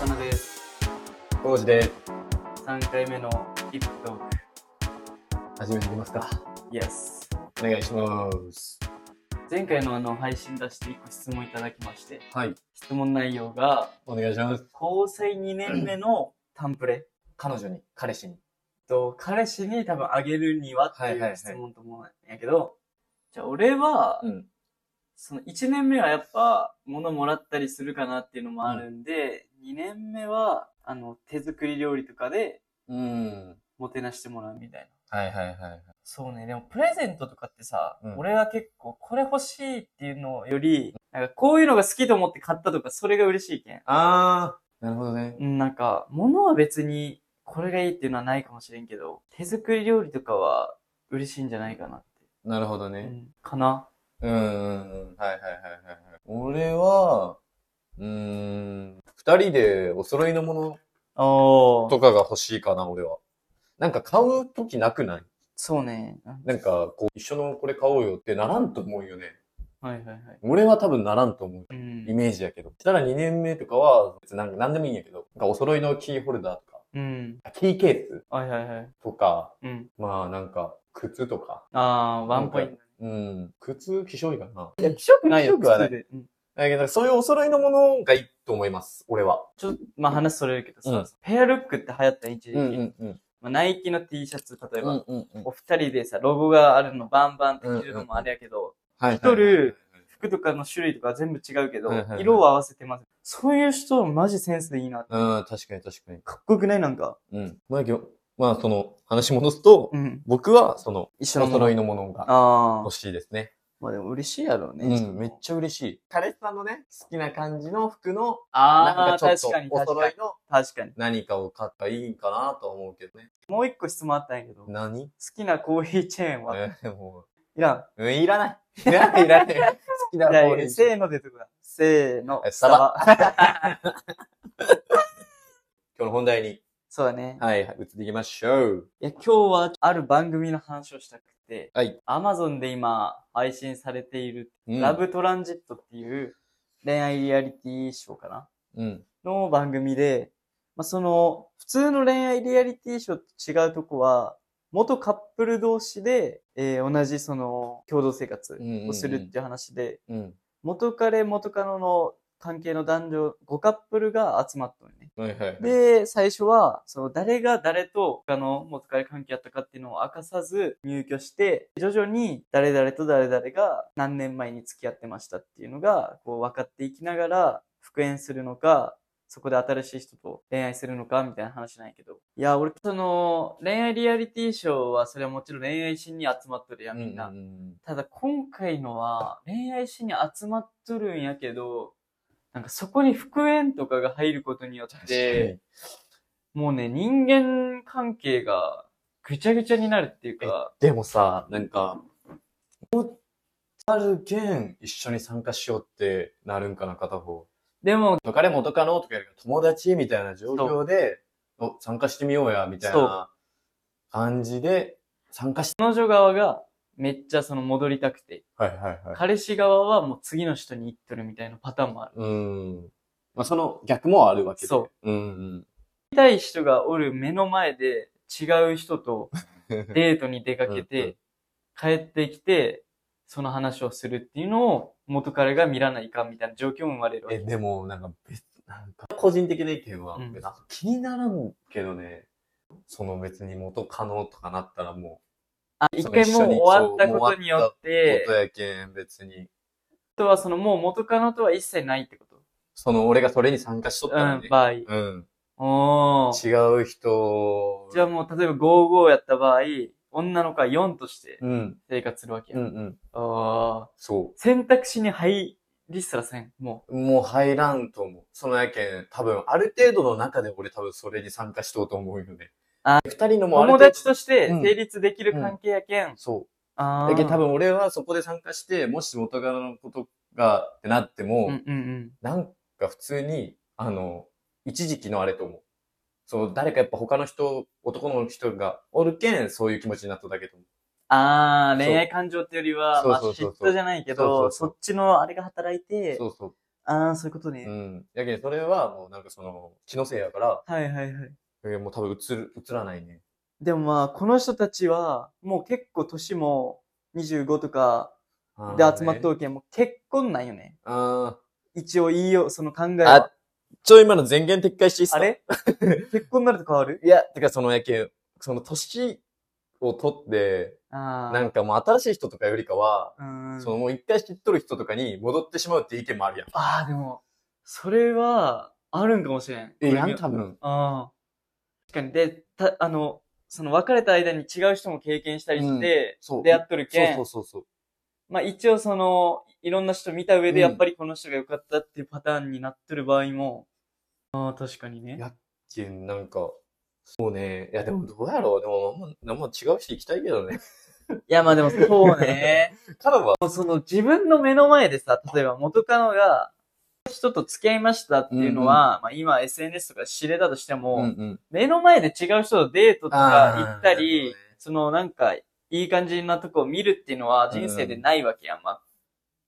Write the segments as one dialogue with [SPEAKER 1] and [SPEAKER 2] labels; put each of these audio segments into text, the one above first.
[SPEAKER 1] 浅野です。
[SPEAKER 2] 当時で
[SPEAKER 1] 3回目のヒップトーク。
[SPEAKER 2] 始めていきますか。
[SPEAKER 1] イエス。
[SPEAKER 2] お願いします。
[SPEAKER 1] 前回のあの配信出して1個質問いただきまして、
[SPEAKER 2] はい。
[SPEAKER 1] 質問内容が、
[SPEAKER 2] お願いします。
[SPEAKER 1] 交際2年目のタンプレ。
[SPEAKER 2] 彼女に、彼氏に。
[SPEAKER 1] と、彼氏に多分あげるにはって
[SPEAKER 2] はいはい
[SPEAKER 1] い
[SPEAKER 2] は
[SPEAKER 1] う
[SPEAKER 2] い
[SPEAKER 1] 質問と思うんやけど、じゃあ俺は、
[SPEAKER 2] うん。
[SPEAKER 1] その1年目はやっぱ物もらったりするかなっていうのもあるんで、2年目は、あの、手作り料理とかで
[SPEAKER 2] うん。
[SPEAKER 1] もてなしてもらうみたいな。
[SPEAKER 2] はいはいはいはい。
[SPEAKER 1] そうね。でも、プレゼントとかってさ、
[SPEAKER 2] うん
[SPEAKER 1] 俺は結構、これ欲しいっていうのより、なんか、こういうのが好きと思って買ったとか、それが嬉しいけん。
[SPEAKER 2] あー、なるほどね。
[SPEAKER 1] うん、なんか、物は別に、これがいいっていうのはないかもしれんけど、手作り料理とかは、嬉しいんじゃないかなっ
[SPEAKER 2] なるほ
[SPEAKER 1] て。
[SPEAKER 2] ど
[SPEAKER 1] う
[SPEAKER 2] ね。
[SPEAKER 1] ん、かな
[SPEAKER 2] うん。うんうんはいはいはいはいはい。俺は、うーん、二人でお揃いのもの
[SPEAKER 1] お
[SPEAKER 2] とかが欲しいかな、俺は。なんか買うときなくない
[SPEAKER 1] そうね。
[SPEAKER 2] なんか、こう、一緒のこれ買おうよってならんと思うよね。
[SPEAKER 1] はいはいはい。
[SPEAKER 2] 俺は多分ならんと思う。
[SPEAKER 1] う
[SPEAKER 2] イ
[SPEAKER 1] ん。
[SPEAKER 2] メージやけど。したら2年目とかは、別になんか何でもいいんやけど、なんかお揃いのキーホルダーと
[SPEAKER 1] うん。
[SPEAKER 2] か、キーケース
[SPEAKER 1] はいはいはい。
[SPEAKER 2] とか、
[SPEAKER 1] うん。
[SPEAKER 2] まあなんか、靴とか。
[SPEAKER 1] あー、ワンポイント。
[SPEAKER 2] うん。靴、希少いかな。
[SPEAKER 1] いや、気色
[SPEAKER 2] ないよ
[SPEAKER 1] 気色でうん
[SPEAKER 2] だけど、そういうお揃いのものがいいと思います、俺は。
[SPEAKER 1] ちょっと、まあ話それるけどさ、
[SPEAKER 2] うん
[SPEAKER 1] ペアルックって流行った一時期。
[SPEAKER 2] んうん。
[SPEAKER 1] まあ、ナイキの T シャツ、例えば、
[SPEAKER 2] うんうん。
[SPEAKER 1] お二人でさ、ロゴがあるのバンバンって着るのもあれやけど、
[SPEAKER 2] はい。
[SPEAKER 1] 太る服とかの種類とかは全部違うけど、
[SPEAKER 2] はいはいはい
[SPEAKER 1] 色を合わせてます。そういう人、マジセンスでいいな。
[SPEAKER 2] うん、確かに確かに。
[SPEAKER 1] かっこよくないなんか。
[SPEAKER 2] うん。まあ、ぎょまあ、その、話戻すと、
[SPEAKER 1] うん。
[SPEAKER 2] 僕は、その、
[SPEAKER 1] 一緒の
[SPEAKER 2] お
[SPEAKER 1] もの
[SPEAKER 2] 揃いのものが
[SPEAKER 1] ああ
[SPEAKER 2] 欲。しいですね。
[SPEAKER 1] まあでも嬉しいやろうね。
[SPEAKER 2] うん、めっちゃ嬉しい。彼氏さんのね、好きな感じの服の、
[SPEAKER 1] ああ、
[SPEAKER 2] なんか
[SPEAKER 1] 確
[SPEAKER 2] ちょっ
[SPEAKER 1] かに
[SPEAKER 2] と、お
[SPEAKER 1] 確
[SPEAKER 2] 揃
[SPEAKER 1] か
[SPEAKER 2] い
[SPEAKER 1] に。
[SPEAKER 2] の
[SPEAKER 1] 確かに。
[SPEAKER 2] 何かを買ったらいいんかなとは思うけどね。
[SPEAKER 1] もう一個質問あったんやけど、好
[SPEAKER 2] 何
[SPEAKER 1] きなコーヒーチェーンは、
[SPEAKER 2] えも
[SPEAKER 1] いらん。
[SPEAKER 2] う、うん、いら ない。いらない、いらない。好きな
[SPEAKER 1] じゃあ
[SPEAKER 2] 方に。
[SPEAKER 1] せーのでとか。せーの。
[SPEAKER 2] えサバ今日の本題に、
[SPEAKER 1] そうだね。
[SPEAKER 2] はい、はい移っていきましょう。
[SPEAKER 1] いや、今日はある番組の話をしたくて、
[SPEAKER 2] はい。
[SPEAKER 1] Amazon で今配信されている、
[SPEAKER 2] うん
[SPEAKER 1] ラ。ブトランジットっていう恋愛リアリティショーかな
[SPEAKER 2] うん。
[SPEAKER 1] の番組で、まあ、その、普通の恋愛リアリティショーと違うとこは、元カップル同士で、えー同じその、共同生活をするっていう話で、
[SPEAKER 2] うん。
[SPEAKER 1] 元彼元カノの関係の男女5カップルが集まったのよね。
[SPEAKER 2] はいはい。、
[SPEAKER 1] で、最初は、その誰が誰と他の元彼関係やったかっていうのを明かさず入居して、徐々に誰々と誰々が何年前に付き合ってましたっていうのが、こう分かっていきながら復縁するのか、そこで新しい人と恋愛するのかみたいな話なんやけど。いや、俺、その、恋愛リアリティショーは、それはもちろん恋愛シーンに集まっとるやん、みんな。
[SPEAKER 2] うんうん
[SPEAKER 1] ただ今回のは恋愛誌に集まっとるんやけど、なんかそこに復縁とかが入ることによって、もうね、人間関係がぐちゃぐちゃになるっていうか、
[SPEAKER 2] でもさ、なんか、あるけん、一緒に参加しようってなるんかな、片方。
[SPEAKER 1] でも、
[SPEAKER 2] 元彼元カノとかより友達みたいな状況で、お、参加してみようや、みたい
[SPEAKER 1] そ
[SPEAKER 2] な感じで、参加して。
[SPEAKER 1] 彼女側がめっちゃその戻りたくて、
[SPEAKER 2] はいはいはい。
[SPEAKER 1] 彼氏側はもう次の人に行っとるみたいなパターンもある。
[SPEAKER 2] うん。まあ、その逆もあるわけで。。
[SPEAKER 1] そう
[SPEAKER 2] うん
[SPEAKER 1] 見たい人がおる目の前で違う人 と
[SPEAKER 2] うん。
[SPEAKER 1] デートに出かけ
[SPEAKER 2] うんう
[SPEAKER 1] て
[SPEAKER 2] ん、
[SPEAKER 1] 帰ってきて、その話をするっていうのを元彼が見らないかんみたいな状況も生まれるわ
[SPEAKER 2] え、
[SPEAKER 1] け。
[SPEAKER 2] でも、なんか別、なんか、個人的な意見は、
[SPEAKER 1] うん
[SPEAKER 2] なんか気にならんけどね、その別に元可能とかなったらも
[SPEAKER 1] あ一回もう終わったことによっ
[SPEAKER 2] う、
[SPEAKER 1] て
[SPEAKER 2] 元、やけん別に、
[SPEAKER 1] あとはそのもう元カノとは一切ないってこと。
[SPEAKER 2] その俺がそれに参加しとっ
[SPEAKER 1] う
[SPEAKER 2] たら
[SPEAKER 1] ん
[SPEAKER 2] ね、、
[SPEAKER 1] 場合。
[SPEAKER 2] うん。
[SPEAKER 1] おー。
[SPEAKER 2] 違う人、
[SPEAKER 1] じゃあもう例えば55やった場合、女の子は4として
[SPEAKER 2] うん、
[SPEAKER 1] 生活するわけ
[SPEAKER 2] う
[SPEAKER 1] や。
[SPEAKER 2] ん、うん。
[SPEAKER 1] あー
[SPEAKER 2] そ
[SPEAKER 1] 選択肢に入りすらせん。も
[SPEAKER 2] う。もう入らんと思う。そのやけん、多分、ある程度の中で俺多分それに参加しとうと思うよね。
[SPEAKER 1] あ
[SPEAKER 2] 二人の
[SPEAKER 1] う。
[SPEAKER 2] もある
[SPEAKER 1] 友
[SPEAKER 2] 程度
[SPEAKER 1] 達として成立できる関係やけん。
[SPEAKER 2] そう。
[SPEAKER 1] あー。
[SPEAKER 2] だけど多分俺はそこで参加して、もし元からのことがってなっても、
[SPEAKER 1] うんうんうん。
[SPEAKER 2] なんか普通に、あの、一時期のあれと思う。そう、誰かやっぱ他の人、男の人がおるけん、そういう気持ちになっただけと思う。
[SPEAKER 1] あー、
[SPEAKER 2] そう
[SPEAKER 1] 恋愛感情ってよりは、
[SPEAKER 2] そう
[SPEAKER 1] まあ、
[SPEAKER 2] そう
[SPEAKER 1] 嫉
[SPEAKER 2] そうそう
[SPEAKER 1] 妬じゃないけ
[SPEAKER 2] そうそ
[SPEAKER 1] ど、
[SPEAKER 2] うそ
[SPEAKER 1] そうっちのあれが働いて
[SPEAKER 2] そ、うそう。
[SPEAKER 1] ああ、そういうことね。
[SPEAKER 2] うん。やけん、それはもうなんかその、気のせいやから、
[SPEAKER 1] はいはいはい。
[SPEAKER 2] やけんもう多分映る、映らないね。
[SPEAKER 1] でもまあ、この人たちは、もう結構年も25とかで
[SPEAKER 2] あー
[SPEAKER 1] 集まっと。
[SPEAKER 2] ね
[SPEAKER 1] うけん、もう結婚なんよね。
[SPEAKER 2] あ
[SPEAKER 1] 一応言いよう、その考え
[SPEAKER 2] ー
[SPEAKER 1] は。
[SPEAKER 2] あ、ちょ、今の全言撤回していいっす
[SPEAKER 1] あ
[SPEAKER 2] か
[SPEAKER 1] れ結婚になると変わる
[SPEAKER 2] いや、てかそのやけん、その年を取って、
[SPEAKER 1] ああ。
[SPEAKER 2] なんかもう新しい人とかよりかは、
[SPEAKER 1] うん。
[SPEAKER 2] そのもう一回知っとる人とかに戻ってしまうって意見もあるやん。
[SPEAKER 1] ああ、でも、それは、あるんかもしれん。
[SPEAKER 2] え、やん、多分。
[SPEAKER 1] ああ。確かに。で、た、あの、その別れた間に違う人も経験したりして、
[SPEAKER 2] そう。
[SPEAKER 1] 出会っとるけん、
[SPEAKER 2] そうそうそうそう。
[SPEAKER 1] まあ一応その、いろんな人見た上で、
[SPEAKER 2] う
[SPEAKER 1] や
[SPEAKER 2] ん
[SPEAKER 1] っぱりこの人が良かったっていうパターンになってる場合も、ああ、確かにね。
[SPEAKER 2] やけん、なんか、そうね。いや、でもどうやろうでも、なんもなんも違う人行きたいけどね。
[SPEAKER 1] いや、まあでもそう ね。
[SPEAKER 2] カナは、
[SPEAKER 1] もうその自分の目の前でさ、例えば元カノが、人と付き合いましたっていうのは、まあ今 SNS とかで知れたとしても、
[SPEAKER 2] ん。
[SPEAKER 1] 目の前で違う人とデートとか行った
[SPEAKER 2] あーなるほど
[SPEAKER 1] り
[SPEAKER 2] ね、
[SPEAKER 1] そのなんか、いい感じなとこを見るっていうのは
[SPEAKER 2] うん
[SPEAKER 1] 人生でないわけやん、まあ。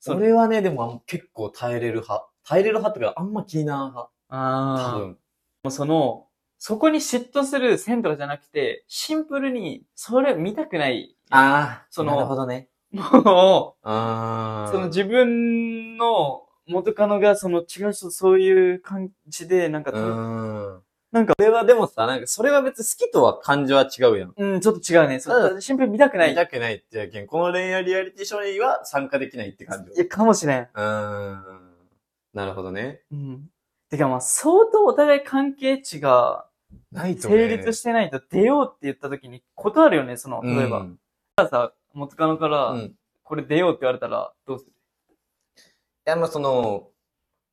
[SPEAKER 1] そう
[SPEAKER 2] 俺はね、でもあん結構耐えれる派。耐えれる派とか、あんま気にならん派。
[SPEAKER 1] あーも
[SPEAKER 2] 多分。
[SPEAKER 1] うその、そこに嫉妬する線とかじゃなくて、シンプルに、それ見たくない。
[SPEAKER 2] ああ、
[SPEAKER 1] その
[SPEAKER 2] なるほどね。
[SPEAKER 1] もう、
[SPEAKER 2] ああ。
[SPEAKER 1] その自分の元カノがその違う人とそういう感じで、なんか、
[SPEAKER 2] うん。
[SPEAKER 1] なんか
[SPEAKER 2] それはでもさ、なんか、それは別に好きとは感情は違うやん。
[SPEAKER 1] うん、ちょっと違うね。
[SPEAKER 2] た
[SPEAKER 1] そうシンプルに見たくない。
[SPEAKER 2] 見たくないってやけん、この恋愛リアリティショーには参加できないって感じ。
[SPEAKER 1] いや、かもしれん。
[SPEAKER 2] うーん。なるほどね。
[SPEAKER 1] うん。てかまあ、相当お互い関係値が
[SPEAKER 2] ないとね。
[SPEAKER 1] 成立してないと出ようって言った時に断るよね、その、例えば。
[SPEAKER 2] うん
[SPEAKER 1] 元カノから、
[SPEAKER 2] うん。い
[SPEAKER 1] これ出ようって言われたら、どうする
[SPEAKER 2] や、まあ、その、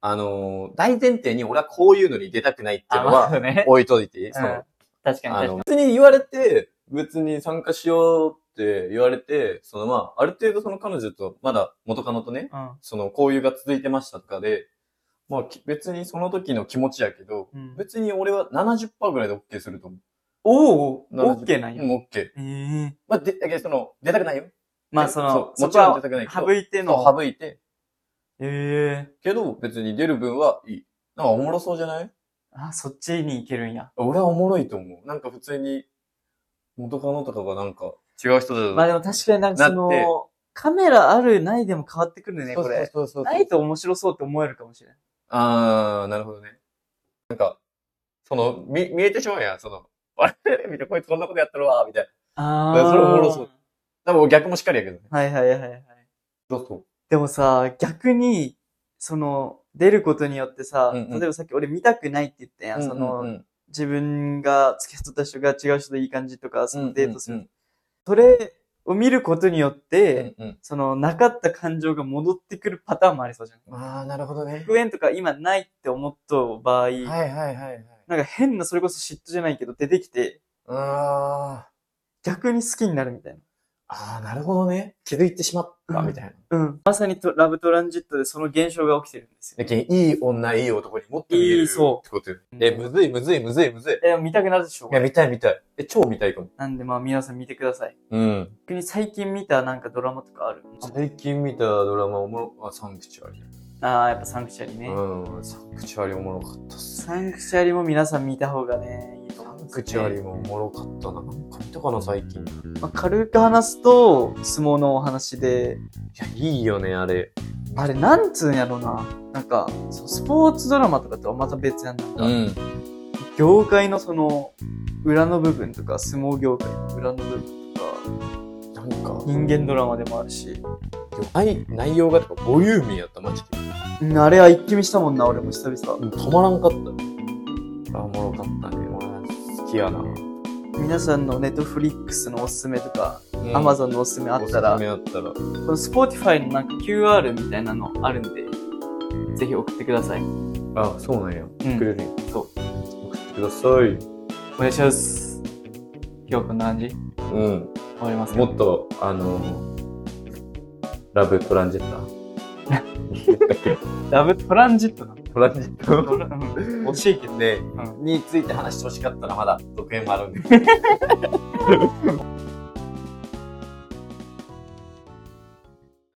[SPEAKER 2] あのー、大前提に俺はこういうのに出たくないっていうのは、
[SPEAKER 1] ね。
[SPEAKER 2] 置いといていい、 そ
[SPEAKER 1] うん
[SPEAKER 2] の、
[SPEAKER 1] 確かに
[SPEAKER 2] あ
[SPEAKER 1] 確か
[SPEAKER 2] の
[SPEAKER 1] に。、
[SPEAKER 2] 別に言われて、別に参加しようって言われて、そのまあ、ある程度その彼女と、まだ元カノとね、
[SPEAKER 1] うん
[SPEAKER 2] その交友が続いてましたとかで、まあき別にその時の気持ちやけど、
[SPEAKER 1] うん
[SPEAKER 2] 別に俺は70%ぐらいで OK すると思
[SPEAKER 1] おお
[SPEAKER 2] う。
[SPEAKER 1] オッケーなん
[SPEAKER 2] う
[SPEAKER 1] や。
[SPEAKER 2] ん、OK。
[SPEAKER 1] ええ
[SPEAKER 2] まあ、で、だけどその、出たくないよ。
[SPEAKER 1] まあ、その、
[SPEAKER 2] そ
[SPEAKER 1] そ
[SPEAKER 2] う
[SPEAKER 1] こは
[SPEAKER 2] もちろん出たくないけど
[SPEAKER 1] 省いて
[SPEAKER 2] の
[SPEAKER 1] の。
[SPEAKER 2] を省いて、
[SPEAKER 1] ええ
[SPEAKER 2] けど別に出る分はいい。なんかおもろそうじゃない
[SPEAKER 1] あ、そっちに行けるんや。
[SPEAKER 2] 俺はおもろいと思う。なんか普通に、元カノとかがなんか、違う人だ
[SPEAKER 1] まあでも確かになんかそ
[SPEAKER 2] なって
[SPEAKER 1] の、カメラあるないでも変わってくるね、これ。
[SPEAKER 2] そうそうそうそう。
[SPEAKER 1] ないと面白そうって思えるかもしれん。
[SPEAKER 2] あー、なるほどね。なんか、その、見、見えてしまうやん、その、あれみたいな、こいつこんなことやってるわ、みたい
[SPEAKER 1] あ
[SPEAKER 2] それおもろそう。な。多分逆もしっかりやけどね。
[SPEAKER 1] はいはいはいはい。
[SPEAKER 2] そうそう。
[SPEAKER 1] でもさ、逆に、その、出ることによってさ、
[SPEAKER 2] うんうん
[SPEAKER 1] 例えばさっき俺見たくないって言ったやん。その、
[SPEAKER 2] うんうん
[SPEAKER 1] 自分が付き合っとった人が違う人といい感じとか、そ
[SPEAKER 2] うん、
[SPEAKER 1] のデートする。
[SPEAKER 2] る。
[SPEAKER 1] それを見ることによって、
[SPEAKER 2] うんうん。
[SPEAKER 1] その、なかった感情が戻ってくるパターンもありそうじゃん。
[SPEAKER 2] あー、なるほどね。
[SPEAKER 1] 復縁とか今ないって思っとう場合、
[SPEAKER 2] はいはいはいはい。
[SPEAKER 1] なんか変な、それこそ嫉妬じゃないけど出てきて、
[SPEAKER 2] あー、
[SPEAKER 1] 逆に好きになるみたい
[SPEAKER 2] あー、なるほどね。気づいてしまった、みたいな。
[SPEAKER 1] な。うん。まさにトラブトランジットでその現象が起きてるんですよ。
[SPEAKER 2] だけんいい女、いい男にもっと見える
[SPEAKER 1] いいそう
[SPEAKER 2] ってことよ。え、むずいむずいむずいむずい。い
[SPEAKER 1] え、見たくなるでしょ
[SPEAKER 2] や、見たい見たい。え、超見たいかも。
[SPEAKER 1] なんでまあ皆さん見てください。
[SPEAKER 2] うん。
[SPEAKER 1] 逆に最近見たなんかドラマとかある
[SPEAKER 2] 最近見たドラマおもろ、あ、サンクチュアリ。
[SPEAKER 1] ああ、やっぱサンクチュアリね。
[SPEAKER 2] うん、サンクチュアリおもろかったっす。
[SPEAKER 1] サンクチュアリも皆さん見た方がね、いいと
[SPEAKER 2] サ
[SPEAKER 1] 思うん
[SPEAKER 2] ン
[SPEAKER 1] ですよね
[SPEAKER 2] クチュアリもおもろかったな。なんか見たかな、最近。い
[SPEAKER 1] まあ、軽く話すと、相撲のお話で、
[SPEAKER 2] や、いいよね、あれ。
[SPEAKER 1] あれなんつうんやろな。なんか、そうスポーツドラマとかとはまた別やんなんか、
[SPEAKER 2] ん。
[SPEAKER 1] 業界のその、裏の部分とか、相撲業界の裏の部分とか、
[SPEAKER 2] なんか、
[SPEAKER 1] 人間ドラマでもあるし、
[SPEAKER 2] 内内容がとかボリューミーやった、マジで。
[SPEAKER 1] うん、あれは一気見したもんな、俺も久々。
[SPEAKER 2] うん止まらんかった。あ、おもろかったね。俺は好きやな。
[SPEAKER 1] 皆さんのネットフリックスのおすすめとか、
[SPEAKER 2] うん
[SPEAKER 1] アマゾンのおすすめあったら
[SPEAKER 2] おすす、めあったら。
[SPEAKER 1] この Spotify のなんか QR みたいなのあるんで、ぜひ送ってください。
[SPEAKER 2] あ、そうなんや。
[SPEAKER 1] ん
[SPEAKER 2] くれるんや
[SPEAKER 1] そう。
[SPEAKER 2] 送ってください。
[SPEAKER 1] お願いします。今日こんな感じ終
[SPEAKER 2] うん。
[SPEAKER 1] わります
[SPEAKER 2] も
[SPEAKER 1] か
[SPEAKER 2] っと、あのラブトランジッタ
[SPEAKER 1] ラブトランジット なの
[SPEAKER 2] ー。トランジッタ
[SPEAKER 1] トラうん惜しいけど。
[SPEAKER 2] ね、
[SPEAKER 1] う
[SPEAKER 2] について話してほしかったらまだ続編もあるんで。